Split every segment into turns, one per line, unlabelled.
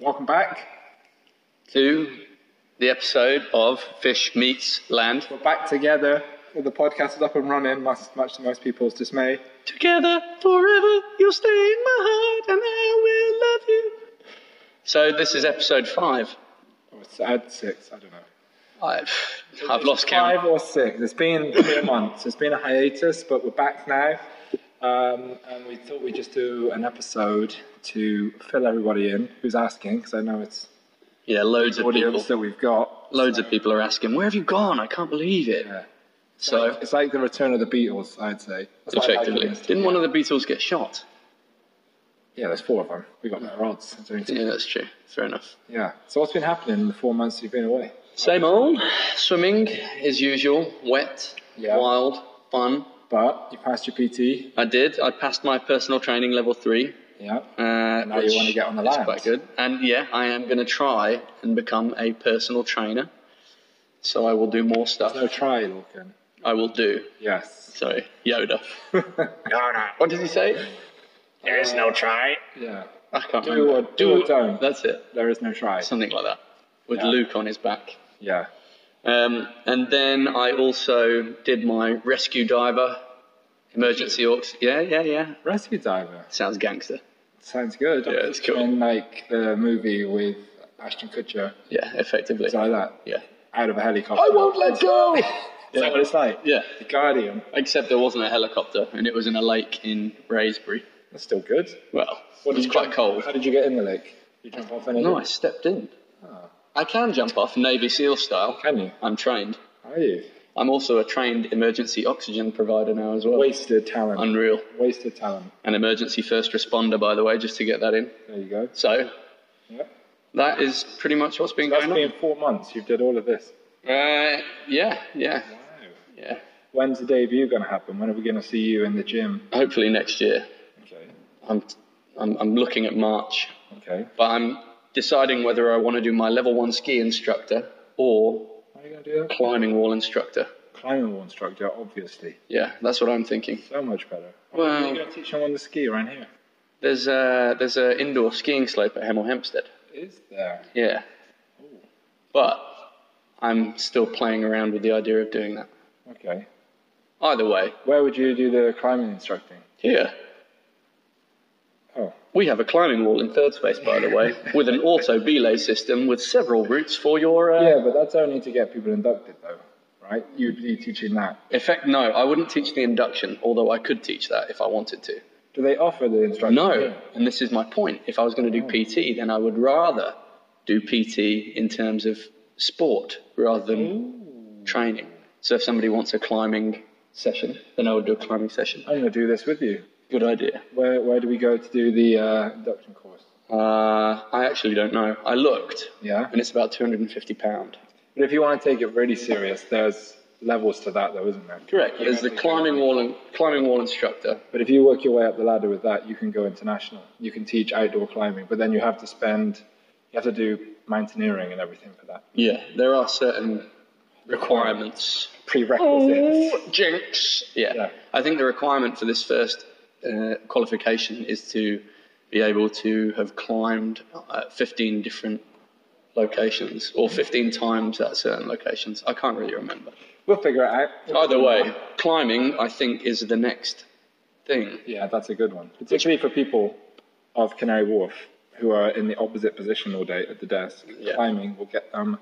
Welcome back.
to the episode of Fish Meets Land.
We're back together. The podcast is up and running, much, much to most people's dismay.
Together forever, you'll stay in my heart, and I will love you. So this is episode five.
Or Oh, it's at six, I don't know.
I, I've lost count.
Five or six. It's been three months. It's been a hiatus, but we're back now. Um, and we thought we'd just do an episode to fill everybody in who's asking, because I know it's
Yeah, loads of people.
audience that we've got.
Loads of people are asking, "Where have you gone? I can't believe it."
Yeah.
So
It's like the return of the Beatles, I'd say. That's what I like
effectively,
doing this to
didn't
you.
one of the Beatles get shot?
Yeah, there's four of them. We got better odds. of doing two.
Yeah, that's true. Fair enough.
Yeah. So what's been happening in the four months you've been away?
Same old. Swimming as usual. Wet,
Yeah.
wild, fun.
But you passed your E. PT.
I did. I passed my personal training level three.
Yeah.
Uh,
now you
which
wanna get on the
is
land.
quite good. And yeah, I am going to try and become a personal trainer. So I will do more stuff.
No try, Lorcan.
I will do.
Yes.
Sorry, Yoda.
No, no.
What did he say?
There is no try.
Yeah.
I can't
Do
remember.
or- do or don't.
That's it.
There is no try.
Something like that. With
Yeah.
Luke on his back.
Yeah.
Um, and then I also did my rescue diver, emergency orcs. Yeah, yeah, yeah.
Rescue diver.
Sounds gangster.
Sounds good.
Yeah, it's cool.
And like the movie with Ashton Kutcher.
Yeah, effectively.
It's like that.
Yeah.
Out of a helicopter.
I won't let go!
Is that what it's like?
yeah.
The Guardian.
Except there wasn't a helicopter and it was in a lake in Raysbury.
That's still good.
Well,
What
it
did
was
you
quite
jump-
cold.
How did you get in the lake? You jump off anything?
No, I stepped in. I can jump off Navy SEAL style.
Can you?
I'm trained.
Are you?
I'm also a trained emergency oxygen provider now as well.
Wasted talent.
Unreal.
Wasted talent.
An emergency first responder, by the way, just to get that in.
There you go.
So,
Yeah.
that is pretty much what's been
That's
going on.
been four months. You've did all of this.
Uh, yeah, yeah, yeah.
When's the debut going to happen? When are we going to see you in the gym?
Hopefully next year.
Okay.
I'm, I'm, I'm looking at March.
Okay.
but I'm deciding whether I want to do my level one ski instructor or
How are you going to do that?
climbing wall instructor.
Climbing wall instructor, obviously.
Yeah, that's what I'm thinking.
So much better. Are you
Well,
going to teach someone to ski around here?
there's a there's a indoor skiing slope at Hemel Hempstead.
Is there?
Yeah, but I'm still playing around with the idea of doing that.
Okay.
Either way,
Where would you do the climbing instructing?
here
Oh,
we have a climbing wall in third space, by the way, with an auto belay system with several routes for your. Uh,
yeah, but that's only to get people inducted, though, right? You'd be teaching that.
Effect? No, I wouldn't teach the induction, although I could teach that if I wanted to.
Do they offer the instruction?
No,
here?
and this is my point. If I was going to do PT, then I would rather do PT in terms of sport rather than training. So if somebody wants a climbing session, then I would do a climbing session.
I'm going to do this with you.
Good idea.
Where Where do we go to do the uh, induction course?
Uh, I actually don't know. I looked,
Yeah.
and it's about two hundred and fifty pound.
But if you want to take it really serious, there's levels to that, though, isn't there?
Correct. There's the climbing wall and climbing wall instructor.
But if you work your way up the ladder with that, you can go international. You can teach outdoor climbing, but then you have to spend, you have to do mountaineering and everything for that.
Yeah, there are certain requirements.
Prerequisites.
Oh. Jinx. Yeah.
Yeah.
I think the requirement for this first uh, qualification is to be able to have climbed uh, 15 different locations or 15 times at certain locations. I can't really remember.
We'll figure it out.
Either way, climbing, I think, is the next thing.
Yeah, that's a good one. Particularly for people of Canary Wharf who are in the opposite position all day at the desk.
Yeah.
Climbing will get them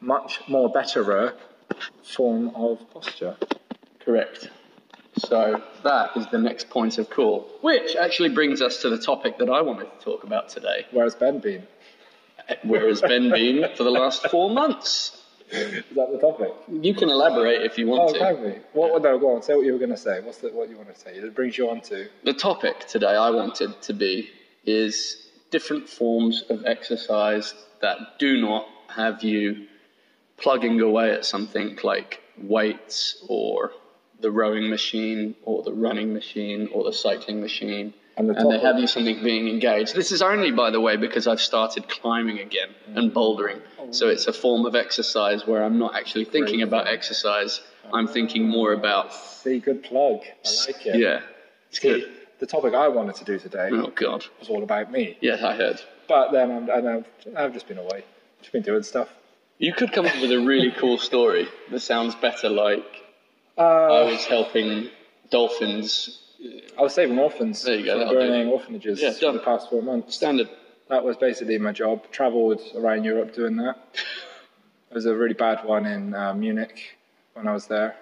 much more betterer form of posture.
Correct. So that is the next point of call, which actually brings us to the topic that I wanted to talk about today.
Whereas Ben Bean,
Where has Ben been for the last four months?
is that the topic?
You can elaborate if you
Oh,
want to.
can we? What, what, no, go on, say what you were going to say. What's the, what you want to say? It brings you on to.
the topic today I wanted to be is different forms of exercise that do not have you plugging away at something like weights or the rowing machine or the running machine or the cycling machine
And the
and they
topic-
have you something being engaged this is only by the way because i've started climbing again and bouldering
Oh,
so it's a form of exercise where i'm not actually thinking about exercise i'm thinking more about
See, good plug. I like it.
yeah it's
See,
good
the topic I wanted to do today
oh god
was all about me.
Yeah, I heard.
But then I'm, and I've, I've just been away, just been doing stuff.
You could come up with a really cool story that sounds better like I
Uh,
was helping dolphins.
I was saving orphanages
There you go,
from
that'll do.
burning orphanages
Yeah,
for the
done.
past four months.
Standard.
That was basically my job. Travelled around Europe doing that. There was a really bad one in uh, Munich when I was there.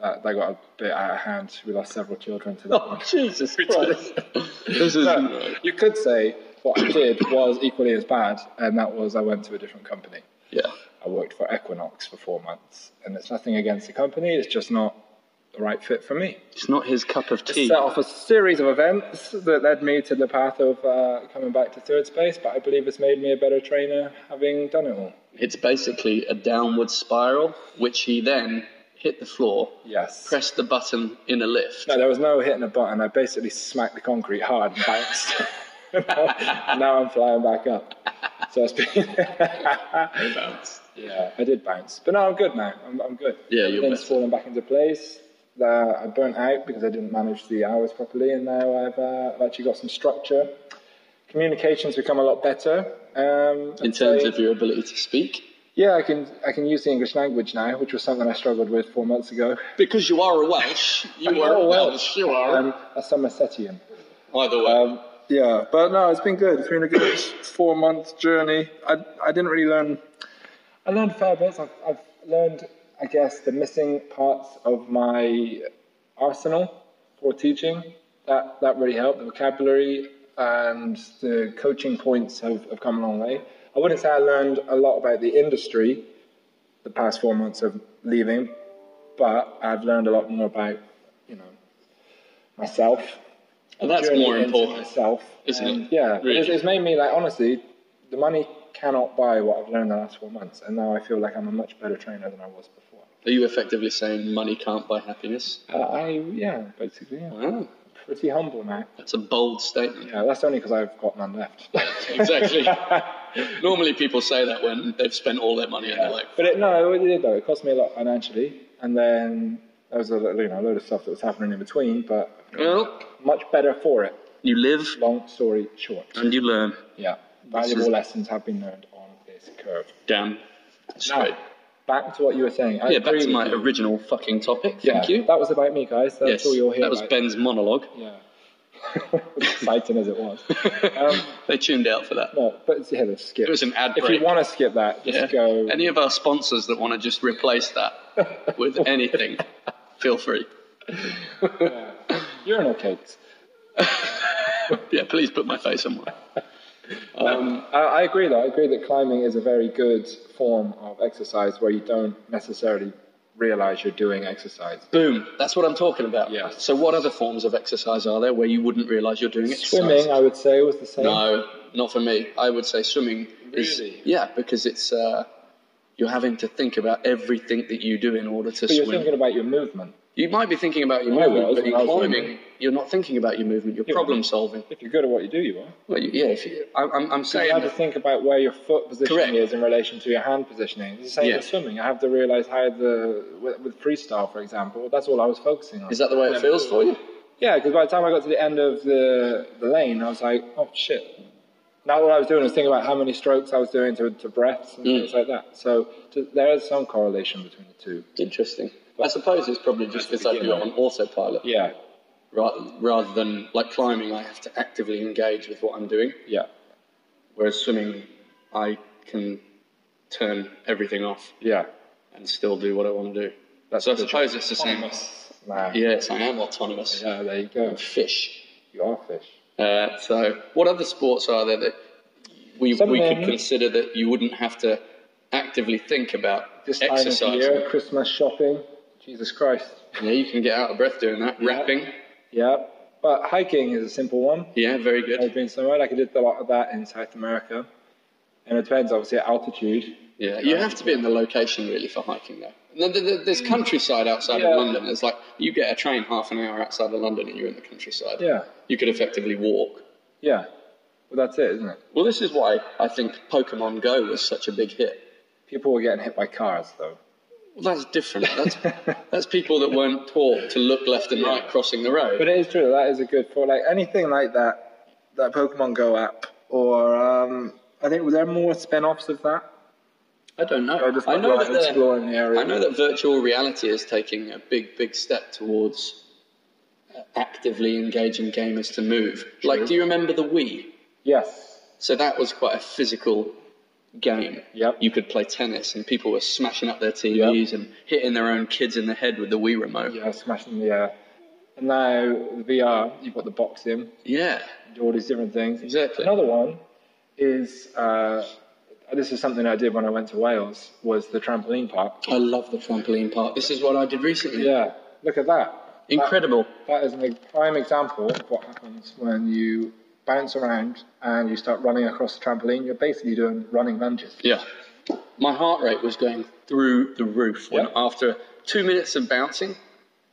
That, that got a bit out of hand. We lost several children to that
Oh,
one.
Jesus Christ. this is.
But you could say what I did was equally as bad, and that was I went to a different company.
Yeah.
I worked for Equinox for four months, and it's nothing against the company. It's just not the right fit for me.
It's not his cup of
It
tea.
set off a series of events that led me to the path of uh, coming back to third space, but I believe it's made me a better trainer having done it all.
It's basically a downward spiral, which he then hit the floor,
Yes.
pressed the button in a lift.
No, there was no hitting a button. I basically smacked the concrete hard and bounced. And now I'm flying back up. So it's been. yeah, I did bounce. But no, I'm good now. I'm, I'm good.
Yeah, you're
Everything's
better.
fallen back into place. Uh, I burnt out because I didn't manage the hours properly, and now I've, uh, I've actually got some structure. Communication's become a lot better. Um,
In
I'd
terms
say-
of your ability to speak,
yeah, I can I can use the English language now, which was something I struggled with four months ago.
because you are a Welsh, you are a Welsh. Um, You are
I'm Um, a Somersetian.
either way.
Um, yeah, but no, it's been good. It's been a good four month journey. I, I didn't really learn. I learned fair bits. I've, I've learned, I guess, the missing parts of my arsenal for teaching. That that really helped. The vocabulary and the coaching points have, have come a long way. I wouldn't say I learned a lot about the industry the past four months of leaving, but I've learned a lot more about, you know, myself
and that's
journey
more
into
important.
Myself,
isn't
And,
it?
Yeah,
Really.
it's, it's made me like honestly, the money cannot buy what I've learned the last four months, and now I feel like I'm a much better trainer than I was before.
Are you effectively saying money can't buy happiness?
Uh, oh. I yeah, basically, yeah.
Wow,
pretty humble now.
that's a bold statement.
Yeah, that's only because I've got none left.
Exactly. Normally, people say that when they've spent all their money and they're like,
but it, no, it did though. It cost me a lot financially, and then there was a lo- you know a load of stuff that was happening in between, but
well,
much better for it.
you live
Long story short,
and you learn.
yeah,
is-
valuable lessons have been learned on this curve.
Damn straight.
Back to what you were saying. I
yeah, back
agree
to
with
my
you.
original fucking topic.
Yeah,
Thank you.
That was about me, guys. That's
yes,
all you'll hear.
that was
about.
Ben's monologue.
Yeah. As exciting as it was. Um,
they tuned out for that.
no, but it's- yeah, let's skip.
It was an ad
if
break.
you want to skip that, just
Yeah.
go.
Any of our sponsors that want to just replace that with anything, feel free.
urinal cakes.
Yeah, please put my face on one.
I, I agree, though. I agree that climbing is a very good form of exercise where you don't necessarily realize you're doing exercise.
Boom. That's what I'm talking about.
Yeah.
So, what other forms of exercise are there where you wouldn't realise you're doing exercise?
Swimming, I would say, was the same.
No, not for me. I would say swimming is
Really?
yeah because it's uh, you're having to think about everything that you do in order to
But you're
swim.
thinking about your movement.
you might be thinking about your
I
movement,
was
but
when
in
I was
climbing,
swimming.
you're not thinking about your movement. You're
Yeah.
problem solving.
If you're good at what you do, you are.
Well, you- yeah, if you, I, I'm, I'm
You
saying
have to think about where your foot positioning
Correct.
is in relation to your hand positioning. It's the same
Yeah.
with swimming. I have to realize how the with, with freestyle, for example, that's all I was focusing on.
is that the way it feels for you?
Yeah, because by the time I got to the end of the, the lane, I was like, oh shit. Now all I was doing was thinking about how many strokes I was doing to, to breaths and
Mm.
things like that. So to, there is some correlation between the two.
Interesting. I suppose it's probably just because I do it on autopilot,
Yeah,
rather, rather than like climbing. I have to actively engage with what I'm doing.
yeah,
Whereas swimming, I can turn everything off
yeah.
and still do what I want to do.
That's
so I
good.
suppose it's the same.
Nah.
Yes, I am autonomous.
yeah, there you go.
Fish.
You are fish.
Uh, so, what other sports are there that we, we could
Something-
consider that you wouldn't have to actively think about
This time of
exercise?
year, Christmas shopping. Jesus Christ.
Yeah, you can get out of breath doing that. Rapping.
Yeah, but hiking is a simple one.
Yeah, very good.
I've been somewhere like I did a lot of that in South America, and it depends obviously at altitude.
Yeah, you have to be in the location really for hiking though. No, there- there- There's countryside outside
Mm. Yeah.
of London. There's like you get a train half an hour outside of London and you're in the countryside.
Yeah,
You could effectively walk.
yeah. Well, that's it, isn't it?
Well, this is why I think Pokemon Go was such a big hit.
People were getting hit by cars though.
Well, that's different. That's, that's people that weren't taught to look left and right crossing the road.
But it is true. That is a good for like anything like that. That Pokemon Go app or um, I think were there more spin-offs of that?
I don't know.
Or just
I
like,
know
right,
that they're-
exploring the area.
I know that virtual reality is taking a big, big step towards uh, actively engaging gamers to move. Like, do you remember the Wii?
Yes.
So that was quite a physical game.
Yep.
You could play tennis, and people were smashing up their TVs and hitting their own kids in the head with the Wii remote.
Yeah, smashing the air. And now the VR, you've got the box in,
Yeah.
all these different things.
Exactly.
Another one is uh, this is something I did when I went to Wales was the trampoline park.
I love the trampoline park. This is what I did recently.
Yeah, look at that.
Incredible.
That is a prime example of what happens when you bounce around and you start running across the trampoline. You're basically doing running lunges.
Yeah. My heart rate was going through the roof when
Yeah.
after two minutes of bouncing.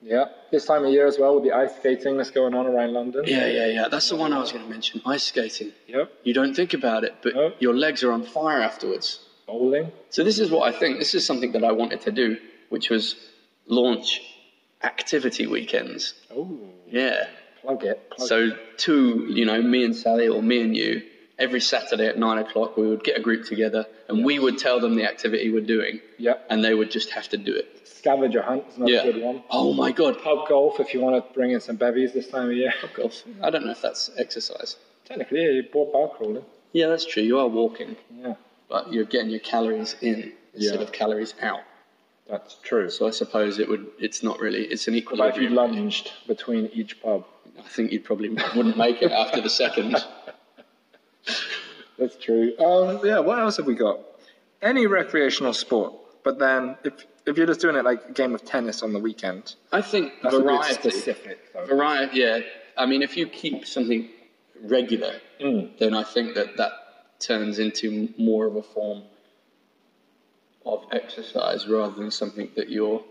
Yeah. This time of year as well with the ice skating that's going on around London.
Yeah, yeah, yeah. That's the one I was going to mention. Ice skating.
Yep.
You don't think about it, but
Nope.
your legs are on fire afterwards.
Bowling.
So this is what I think. This is something that I wanted to do, which was launch activity weekends.
Oh.
Yeah.
Plug it. Plug
So two, you know, me and Sally or me and you, every Saturday at nine o'clock, we would get a group together and we would tell them the activity we're doing,
Yep.
and they would just have to do it.
Scavenger hunt is another
Yeah.
good one.
Oh my god.
Pub golf if you want to bring in some bevies this time of year.
Golf. I don't know if that's exercise.
Technically, yeah, you bought bar crawling.
Yeah, that's true. You are walking,
Yeah,
but you're getting your calories in instead
Yeah.
of calories out.
that's true.
So I suppose it would. It's not really. It's an
Like you
equilibrium.
lunged between each pub.
I think you probably wouldn't make it after the second.
That's true. Um, yeah, what else have we got? Any recreational sport, but then if if you're just doing it like a game of tennis on the weekend,
I think
that's a bit
variety.
specific. Though.
Variety. Yeah. I mean, if you keep something regular,
Hmm.
then I think that that turns into more of a form of exercise rather than something that you're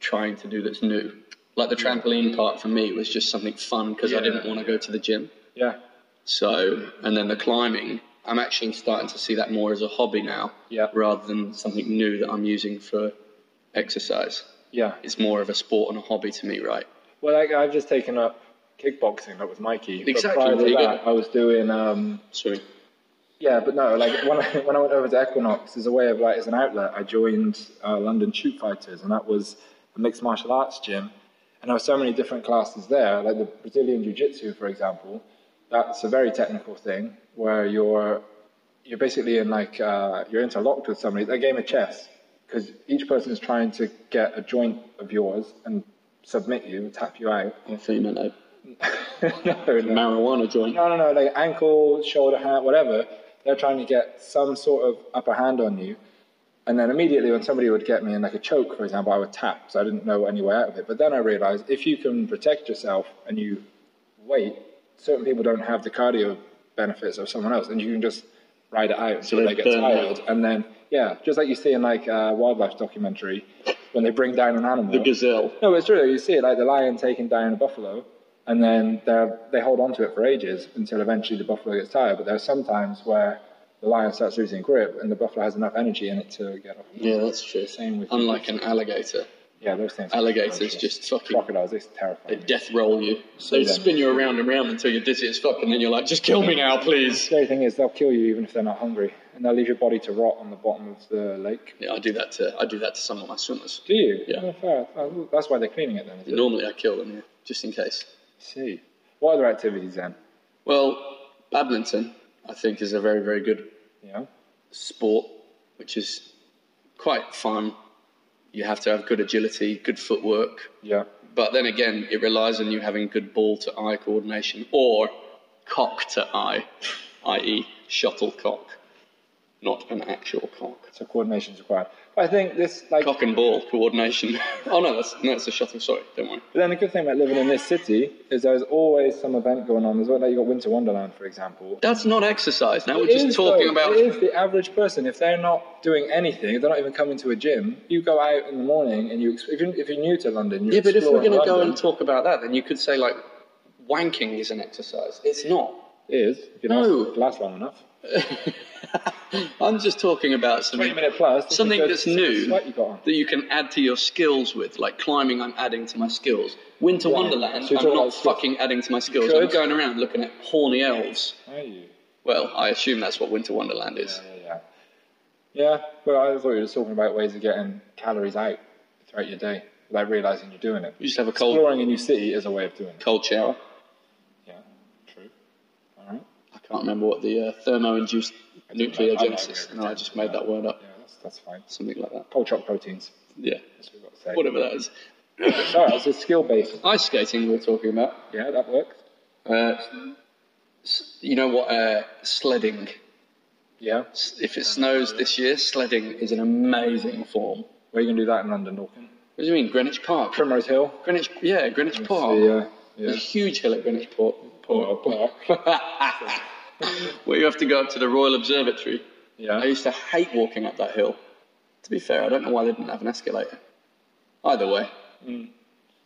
trying to do that's new. Like the trampoline part for me was just something fun because I
Hmm. Yeah.
didn't want to go to the gym.
Yeah,
So, and then the climbing, I'm actually starting to see that more as a hobby now,
Yeah.
rather than something new that I'm using for exercise.
yeah.
It's more of a sport and a hobby to me, right?
Well, like, I've just taken up kickboxing. That was Mikey. But
Exactly,
prior
there
to
you
that, I was doing. Um,
Sorry.
yeah, but no, like when I, when I went over to Equinox as a way of like as an outlet, I joined uh, London Shoot Fighters, and that was a mixed martial arts gym. And there were so many different classes there, like the Brazilian Jiu Jitsu, for example. That's a very technical thing where you're you're basically in like uh, you're interlocked with somebody. It's a game of chess because each person is trying to get a joint of yours and submit you, tap you out.
I thought you meant a
no, no.
marijuana joint.
No, no, no. Like ankle, shoulder, hand, whatever. They're trying to get some sort of upper hand on you. And then immediately, when somebody would get me in like a choke, for example, I would tap. So I didn't know any way out of it. But then I realized if you can protect yourself and you wait, certain people don't have the cardio benefits of someone else, and you can just ride it out until
they
they get
burn
tired. And then, yeah, just like you see in like a wildlife documentary when they bring down an animal.
The gazelle.
No, it's true. You see it like the lion taking down a buffalo, and then they they hold on to it for ages until eventually the buffalo gets tired. But there are some times where the lion starts losing grip, and the buffalo has enough energy in it to get off.
Yeah, that's true.
Same with-
Unlike an alligator.
Yeah, those things.
Alligators just fucking
crocodiles. It's
they
terrifying.
death roll you.
So
They
then-
spin you around and round until you're dizzy as fuck, and then you're like, just kill me now, please.
The only thing is they'll kill you even if they're not hungry, and they'll leave your body to rot on the bottom of the lake.
Yeah, I do that to I do that to some of my swimmers.
Do you?
Yeah.
Oh, fair. Oh, That's why they're cleaning it then. Is it?
Normally I kill them, yeah, just in case.
See. What other activities then?
Well, badminton, I think, is a very, very good
Yeah.
sport, which is quite fun. You have to have good agility, good footwork,
Yeah.
but then again, it relies on you having good ball to eye coordination or cock to eye, i.e., shuttlecock, not an actual cock.
So coordination's required. But I think this like.
Cock and ball coordination. oh no, that's no, it's a shuttle. Sorry, don't worry.
But then the good thing about living in this city is there's always some event going on. There's well, like you got Winter Wonderland, for example.
That's not exercise. Now we're
It
just
is,
talking
though.
about.
It is the average person. If they're not doing anything, if they're not even coming to a gym, you go out in the morning and you, ex- if you're, if you're new to London, you
Yeah, but if we're
going to
go and talk about that, then you could say like, wanking is an exercise. It's not.
It is, if you
No.
last, if it lasts long enough.
I'm just talking about something,
20 minute plus. this is
something
good-
that's
this is the
new
Sweat you got on.
that you can add to your skills with, like climbing. I'm adding to my skills. Winter Wonderland.
So you're
I'm
talking
not
about skills.
fucking adding to my skills.
could.
I'm going around looking at horny elves.
Are you?
Well, I assume that's what Winter Wonderland is.
Yeah, yeah. Yeah, but I thought you were just talking about ways of getting calories out throughout your day without realizing you're doing it.
You just have a cold,
Exploring a new city is a way of doing it.
cold shower.
Yeah, true. All right.
I can't remember what the uh, thermo-induced nucleogenesis.
I know.
No, I just made that word up.
Yeah, that's, that's fine.
Something like that.
Cold shock proteins.
Yeah,
That's what we've got to say.
whatever that is.
No, it's a skill based.
Ice skating. We're talking about.
Yeah, that works.
Uh, s- you know what? Uh, sledding.
Yeah.
S- If it snows this year, sledding is an amazing form.
Where you can do that in London, Norton?
What do you mean, Greenwich Park?
Primrose Hill.
Greenwich, yeah, Greenwich Park.
The, uh,
There's
yeah.
a huge hill at Greenwich Park.
Or a park.
Where you have to go up to the Royal Observatory. I
Yeah.
used to hate walking up that hill. To be fair, I don't know why they didn't have an escalator. Either way,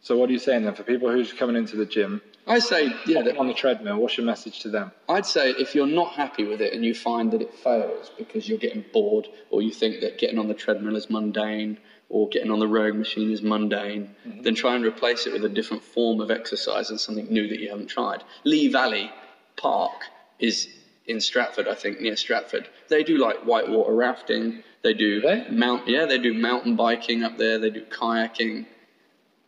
So what are you saying then for people who's coming into the gym
I say, yeah,
on
that,
the treadmill? What's your message to them?
I'd say if you're not happy with it and you find that it fails because you're getting bored or you think that getting on the treadmill is mundane or getting on the rowing machine is mundane, then try and replace it with a different form of exercise and something new that you haven't tried. Lee Valley Park is in Stratford, I think, near Stratford. They do like whitewater rafting. They do
They?
mount, yeah, they do mountain biking up there. They do kayaking.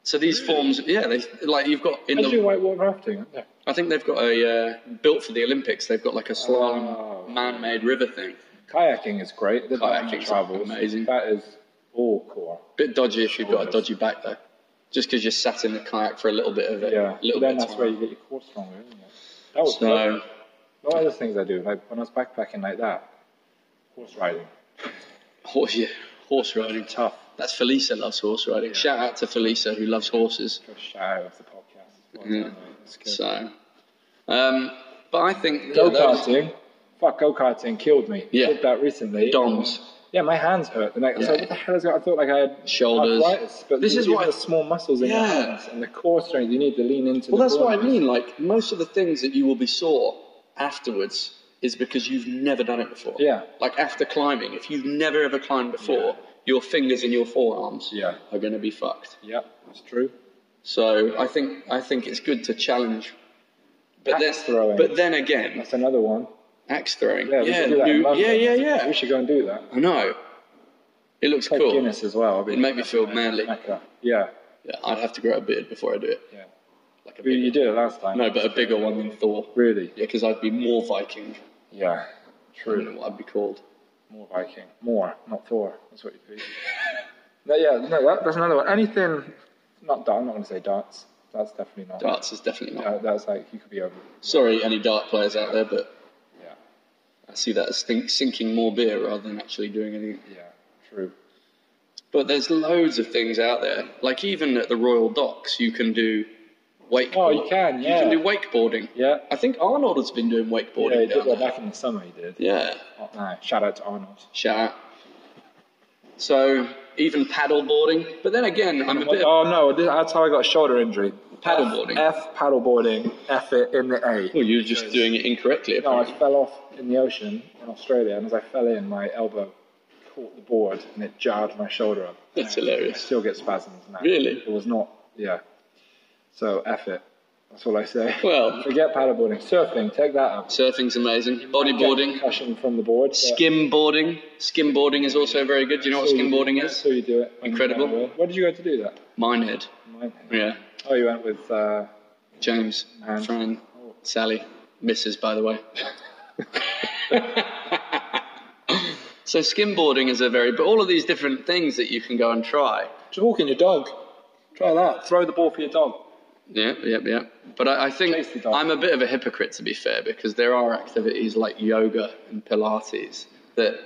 So these forms, yeah, they like you've got in
I do
the
whitewater rafting. Yeah.
I think they've got a uh, built for the Olympics. They've got like a slalom
Oh.
man-made river thing.
Kayaking is great. The
Kayaking
kayaking
is
travels.
amazing.
That is all core.
Bit dodgy if you've got a
Sure.
dodgy back though, just because you're sat in the kayak for a little bit of it.
Yeah.
little
then
bit.
that's
of
where
time.
you get your core stronger, isn't it? That was
So
What other things I do? Like when I was backpacking like that, horse riding.
horse, yeah, horse riding.
Tough.
That's Felisa loves horse riding. Shout out to Felisa who loves horses.
Just shout off the podcast. Well
Yeah.
done, mate. That's good.
So, um, but I think
Go
those-
karting. Fuck, go karting killed me.
Yeah.
Did that recently.
Doms.
Yeah, my hands hurt. The next, I was
Yeah.
like, what the hell is going? I thought like I had
Shoulders.
arthritis, but
This
you-
is
you
what
have
I-
the small muscles in your
Yeah.
hands and the core strength. You need to lean into.
Well,
the
that's what I
corners.
mean. Like most of the things that you will be sore afterwards is because you've never done it before.
Yeah.
Like after climbing, if you've never ever climbed before, your fingers and your forearms
Yeah.
are going to be fucked.
Yeah, that's true.
So I think I think it's good to challenge. But
Axe
then,
throwing.
but then again,
That's another one.
axe throwing.
Yeah, we should do that in
new-
London.
yeah, yeah, yeah.
We should go and do that.
I know. It looks
Take
cool.
Guinness as well. It'd
It'd make me feel manly.
Mecca. Yeah,
Yeah, I'd have to grow a beard before I do it.
yeah.
Like a
You, you
bigger,
did it last time.
no, but a bigger one than Thor.
Really?
Yeah, because I'd be more Viking.
Yeah.
I don't know what I'd be called.
More Viking. More, not Thor. That's what you do. no, yeah, no, that, that's another one. Anything, not dart, I'm not going to say darts. That's definitely not.
Darts is definitely not.
Uh, that's like, you could be over.
Sorry, any dart players out there, but
Yeah,
I see that as think, sinking more beer rather than actually doing anything.
yeah, true.
But there's loads of things out there. Like even at the Royal Docks, you can do wakeboarding.
Oh, you can, yeah.
You can do wakeboarding.
Yeah.
I think Arnold has been doing
Yeah, he
wakeboarding.
did
down
that
there.
back in the summer, he did.
yeah.
Oh, no, shout out to Arnold.
Shout out. So even paddleboarding. But then again, I'm a bit.
Oh, no, this- that's how I got a shoulder injury.
Paddleboarding.
F, paddleboarding, F it in the A.
Well, you're just doing it incorrectly.
No, I
apparently.
fell off in the ocean in Australia, and as I fell in, my elbow caught the board and it jarred my shoulder up.
That's
I
hilarious.
still get spasms now.
Really?
It was not, yeah. So, F it. That's all I say.
Well-
Forget paddleboarding. Surfing, take that up.
Surfing's amazing.
Get
Bodyboarding.
Concussion from the board. but-
Skimboarding. Skimboarding is also very good. Do you know what
So you-
skimboarding is?
So you do it. when you
Incredible.
go away. Where did you go to do that?
Minehead.
Mine.
Yeah.
Oh, you went with. Uh,
James,
And-
Fran, Sally, Mrs. By the way. so skimboarding is a very, but all of these different things that you can go and try.
just walking your dog. Try that. Throw the ball for your dog.
Yeah, yeah, yeah. But I, I think
Tasty dog.
I'm a bit of a hypocrite to be fair, because there are activities like yoga and Pilates that,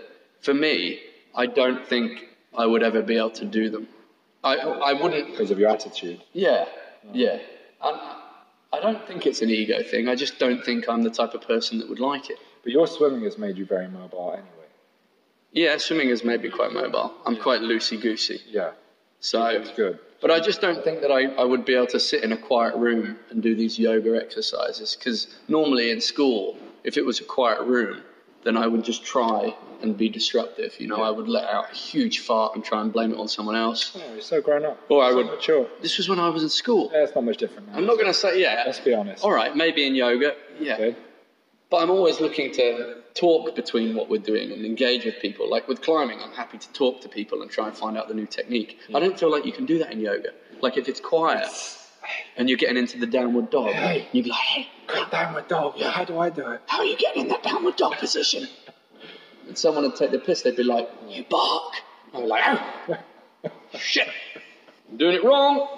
for me, I don't think I would ever be able to do them. I, I wouldn't
Because of your attitude.
Yeah, yeah. I, I don't think it's an ego thing. I just don't think I'm the type of person that would like it.
But your swimming has made you very mobile anyway.
Yeah, swimming has made me quite mobile. I'm quite loosey goosey.
Yeah,
So,
it's good.
but I just don't think that I, I would be able to sit in a quiet room and do these yoga exercises because normally in school, if it was a quiet room, then I would just try and be disruptive. You know, I would let out a huge fart and try and blame it on someone else.
Oh, you're so grown up.
Or I
So
would-
Mature.
This was when I was in school.
Yeah, it's not much different now.
I'm not going to say, yeah.
Let's be honest.
All right, maybe in yoga, yeah.
Okay.
But I'm always looking to talk between what we're doing and engage with people. Like with climbing, I'm happy to talk to people and try and find out the new technique. I don't feel like you can do that in yoga. Like if it's quiet and you're getting into the downward dog, you'd be like, hey,
God damn my dog. Yeah. How do I do it?
how are you getting in that downward dog position? And someone would take the piss, they'd be like, you bark. I'm like, "Oh, shit, I'm doing it wrong,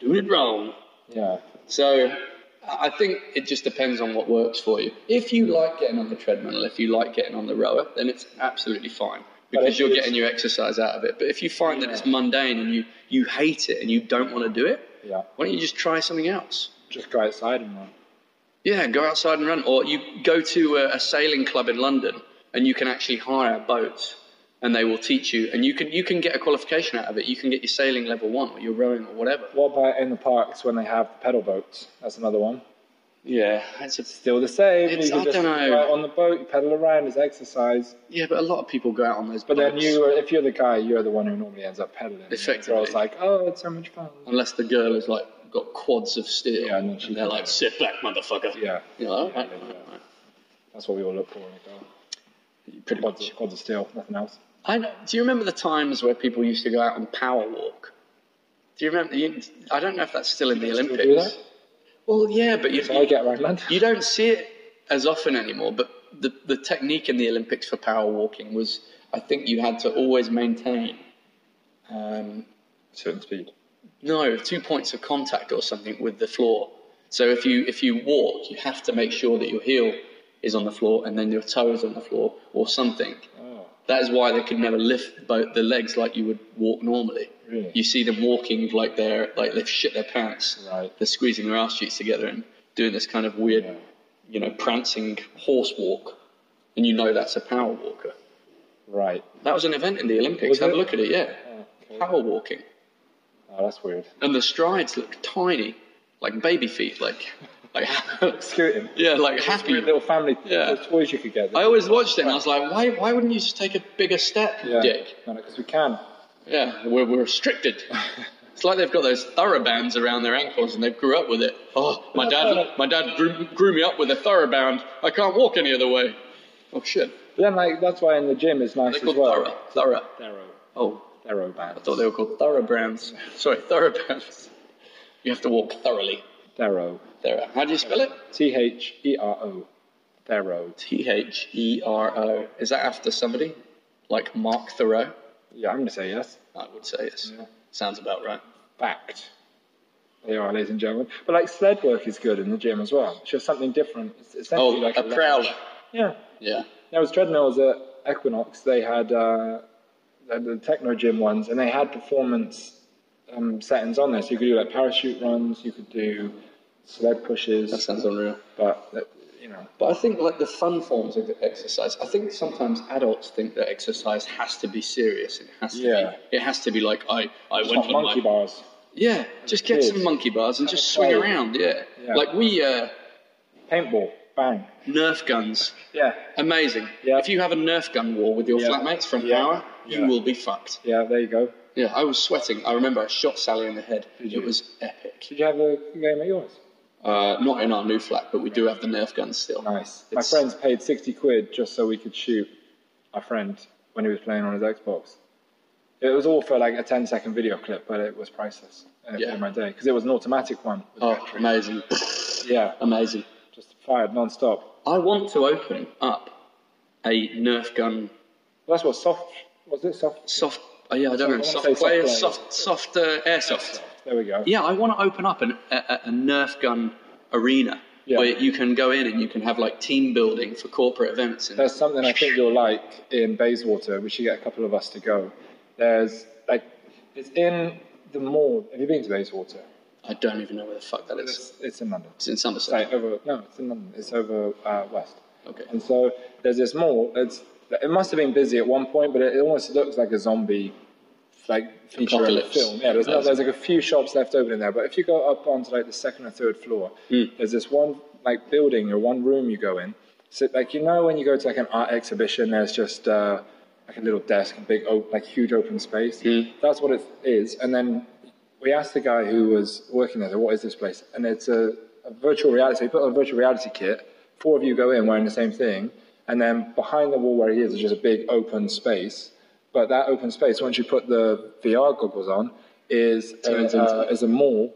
doing it wrong.
Yeah.
So I I think it just depends on what works for you. If you like getting on the treadmill, if you like getting on the rower, then it's absolutely fine because
if
you're
it's-
getting your exercise out of it. But if you find that it's mundane and you, you hate it and you don't want to do it,
Yeah.
why don't you just try something else?
Just go outside and run.
Yeah, go outside and run. Or you go to a, a sailing club in London and you can actually hire boats and they will teach you and you can you can get a qualification out of it. You can get your sailing level one or your rowing or whatever.
What about in the parks when they have the pedal boats? That's another one.
Yeah, that's a
Still the same.
It's-
you can
I
just
dunno.
go out on the boat, you pedal around as exercise.
yeah, but a lot of people go out on those
But
boats.
then you, if you're the guy, you're the one who normally ends up pedaling.
Effectively.
It's like, oh, it's so much fun.
unless the girl has like got quads of steel
Yeah, and then
and,
she
they're
can
like
do it.
sit back motherfucker
Yeah.
you know
Yeah,
right,
yeah,
right,
yeah.
right.
That's what we all look for in a girl.
pretty
Quads,
much
quads of steel, nothing else.
I know, do you remember the times where people used to go out and power walk do you remember you, I don't know if that's still in the
still do
Olympics
that?
well yeah but you,
So I get around London.
you don't see it as often anymore but the, the technique in the Olympics for power walking was I think you had to always maintain um,
Certain speed.
No, two points of contact or something with the floor. So if you if you walk, you have to make sure that your heel is on the floor and then your toe is on the floor or something.
Oh,
That is why they could never lift both the legs like you would walk normally.
Really?
You see them walking like they're like they've shit their pants.
Right.
They're squeezing their ass cheeks together and doing this kind of weird,
Yeah.
you know, prancing horse walk. And you know that's a power walker.
right.
That was an event in the Olympics.
Was
Have
it?
a look at it, yeah.
Oh, okay.
Power walking.
Oh, that's weird.
and the strides look tiny, like baby feet, like like
Scooting.
yeah, like happy.
Weird little family
Yeah.
toys you could get.
I always watched it and I was like, why why wouldn't you just take a bigger step, dick?
No, because we can.
Yeah, we're, we're restricted. It's like they've got those thoroughbands around their ankles and they grew up with it. Oh, my dad, my dad grew, grew me up with a thoroughband. I can't walk any other way. Oh shit!
But then, like, that's why in the gym is nice
They're
as
called
well.
thorough, thorough.
Thero.
Oh,
Thero band.
I thought they were called thoroughbrands. Sorry, thoroughbands. You have to walk thoroughly.
Thero.
Thorough. How do you spell it?
T H E R O. Thero.
T H E R O. Is that after somebody? Like Mark Thoreau?
Yeah, I'm gonna say yes.
I would say yes.
Yeah.
Sounds about right.
Fact. They are, ladies and gentlemen. But like sled work is good in the gym as well. It's just something different. It's essentially
Oh,
like
a
leg-
prowler.
Yeah.
Yeah.
There was treadmills at Equinox. They had uh, the, the techno gym ones, and they had performance um, settings on there. So you could do like parachute runs, you could do sled pushes,
That sounds unreal.
but that- you know,
But I think like the fun forms of exercise. I think sometimes adults think that exercise has to be serious. It has to
Yeah.
be. It has to be like I I
it's
went
not
on
monkey
my
bars.
yeah. Just get
Kids.
some monkey bars and
Have
just
a
swing
play.
around. Yeah.
Yeah.
Like we uh,
Paintball, bang.
Nerf guns.
Yeah,
Amazing.
Yeah.
If you have a Nerf gun war with your
Yeah.
flatmates from
Yeah.
power,
Yeah.
you will be fucked.
yeah. There you go.
Yeah, I was sweating. I remember I shot Sally in the head.
you?
It was epic.
Did you have a game at yours?
Uh, not in our new flat, but we do have the Nerf guns still.
Nice. My
It's-
friends paid sixty quid just so we could shoot our friend when he was playing on his Xbox. It was all for like a 10 second video clip, but it was priceless. And it
Yeah.
made my day because it was an automatic one. with
Oh,
battery.
amazing.
Yeah,
amazing.
just fired non-stop.
I want to open up a Nerf gun
That's what soft was it soft?
soft. Oh, yeah, I don't know.
Soft- I wanna
Soft
say soft
play,
play.
soft, soft, uh, airsoft.
There we go.
Yeah, I want to open up an, a, a- a Nerf gun arena
Yeah.
where you can go in and you can have like team building for corporate events. And,
There's something I think you'll like in Bayswater. We should get a couple of us to go. There's like it's in the mall. Have you been to Bayswater?
I don't even know where the fuck that is.
It's, it's in London.
It's in
It's
Somerset.
like over no, it's in London. It's over uh, west.
Okay.
And so there's this mall. It's it must have been busy at one point, but it almost looks like a zombie like feature in a
Apocalypse.
film. Yeah, there's, no, there's like a few shops left open in there. But if you go up onto like the second or third floor,
Hmm.
there's this one like building or one room you go in. So like you know when you go to like an art exhibition, there's just uh, like a little desk, a big op- like huge open space.
Hmm.
That's what it is. And then we asked the guy who was working there, "So "What is this place?" And it's a, a virtual reality. He put on a virtual reality kit, four of you go in wearing the same thing, and then behind the wall where he is is just a big open space. But that open space, once you put the VR goggles on, is
Turns
a,
into-
uh, is a mall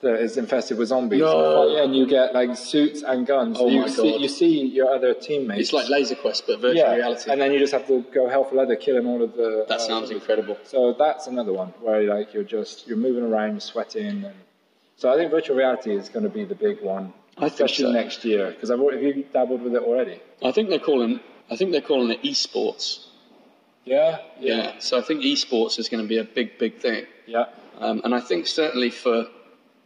that is infested with zombies. Oh,
No.
Yeah, and you get like suits and guns.
Oh
you
my
see,
God.
You see your other teammates.
It's like Laser Quest, but virtual
yeah,
reality.
and then you just have to go hell for leather, killing all of the.
that
uh,
sounds incredible.
so that's another one where like you're just you're moving around, you're sweating, and so I think virtual reality is going to be the big one,
I think
especially
so.
next year. Because I've already have you dabbled with it already.
I think they're calling. I think they're calling it esports.
Yeah,
Yeah. So I think esports is going to be a big, big thing.
yeah,
Um, and I think certainly for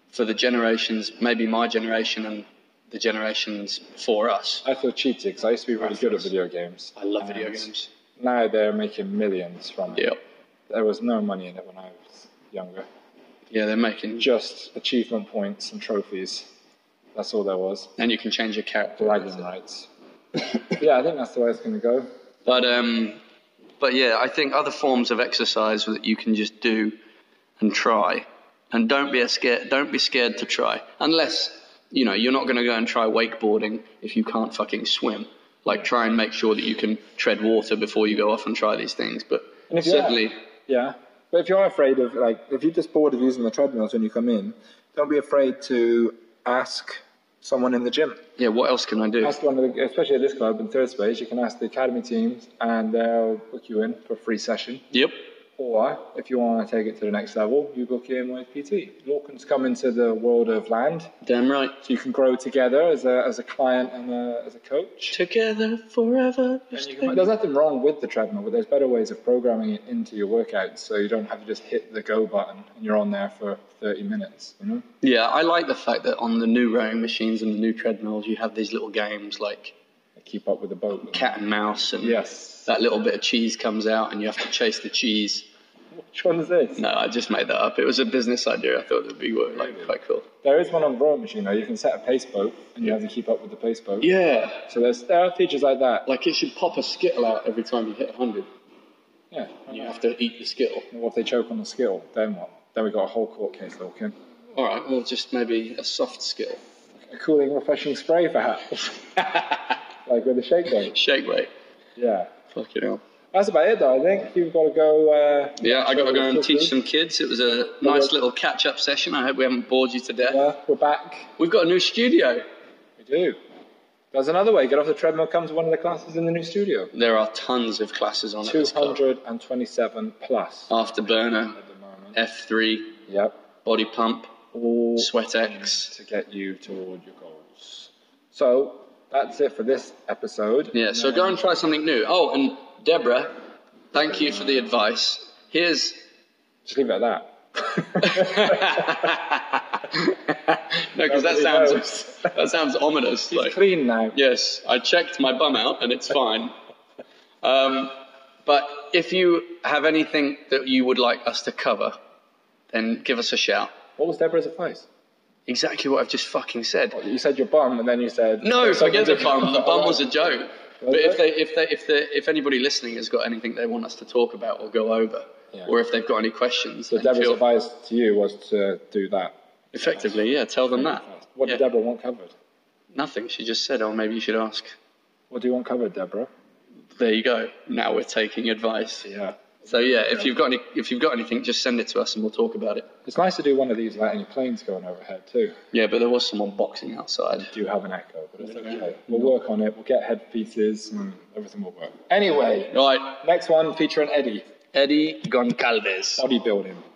for the generations, maybe my generation and the generations for us.
I feel cheated because I used to be really good at video games.
I love video
and
games.
Now they're making millions from it.
Yeah.
There was no money in it when I was younger.
Yeah, they're making.
Just achievement points and trophies. That's all there was.
And you can change your character.
Bragging rights. yeah, I think that's the way it's going to go.
But um, but yeah, I think other forms of exercise that you can just do and try, and don't be a scared. Don't be scared to try, unless you know you're not going to go and try wakeboarding if you can't fucking swim. Like try and make sure that you can tread water before you go off and try these things. But
And if you
certainly,
Yeah, but if you're afraid of like, if you're just bored of using the treadmills when you come in, don't be afraid to ask someone in the gym.
yeah. What else can I do?
Ask one of the, especially at this club in third space, you can ask the academy teams, and they'll book you in for a free session.
Yep.
Or if you want to take it to the next level, you book in with PT. Lorcan's come into the world of land,
Damn right.
so you can grow together as a as a client and a, as a coach.
Together forever.
And you can- There's nothing wrong with the treadmill, but there's better ways of programming it into your workouts so you don't have to just hit the go button and you're on there for 30 minutes. You know?
Yeah, I like the fact that on the new rowing machines and the new treadmills, you have these little games like
Keep up with the boat.
cat and mouse and
Yes.
that little bit of cheese comes out and you have to chase the cheese.
Which one is this?
No, I just made that up. It was a business idea. I thought it would be like quite cool.
There is one on the rowing machine though. You can set a pace boat and you have to keep up with the pace boat.
Yeah,
So there's there are features like that.
like it should pop a skittle out every time you hit 100.
Yeah.
You have to eat the skittle.
And what if they choke on the skill? Then what? Then we got a whole court case, Lorcan.
All right, well, just maybe a soft skittle.
A cooling, refreshing spray, perhaps. like with a shake weight.
Shake weight.
Yeah.
Fucking hell.
That's about it, though. I think you've got to go. Uh,
Yeah, I got to go and
Feel
teach
good.
some kids. It was a nice little catch up session. I hope we haven't bored you to death.
Yeah, we're back.
We've got a new studio.
We do. There's another way. Get off the treadmill. Come to one of the classes in the new studio.
There are tons of classes on at this club.
227 plus.
Afterburner,
At the moment.
F3,
Yep.
Body Pump,
All
SweatX.
to get you toward your goals. So that's it for this episode.
Yeah, so go and try something new. Oh, and Deborah, thank you for the advice. Here's.
Just leave it at that.
No, because that
Nobody
sounds
knows.
that sounds ominous. Like,
Clean now.
yes, I checked my bum out and it's fine. Um, but if you have anything that you would like us to cover, then give us a shout.
What was Deborah's advice?
Exactly what I've just fucking said.
You said your bum, and then you said
No,
There's
forget the
something different.
bum. The bum was a joke. But
it?
if they, if they, if they, if anybody listening has got anything they want us to talk about or go over,
Yeah.
or if they've got any questions,
So
then
Deborah's
feel-
advice to you was to do that.
effectively, yeah, tell them that.
What
Yeah.
did Deborah want covered?
Nothing. She just said, "Oh, maybe you should ask."
What do you want covered, Deborah?
There you go. Now we're taking advice.
Yeah.
So yeah, if you've got any, if you've got anything, just send it to us and we'll talk about it.
It's nice to do one of these without any planes going overhead too.
Yeah, but there was someone boxing outside.
do have an echo, but it's okay. We'll work on it. We'll get headpieces and everything will work. Anyway,
Right,
next one featuring Eddie,
Eddie Goncalves.
bodybuilding.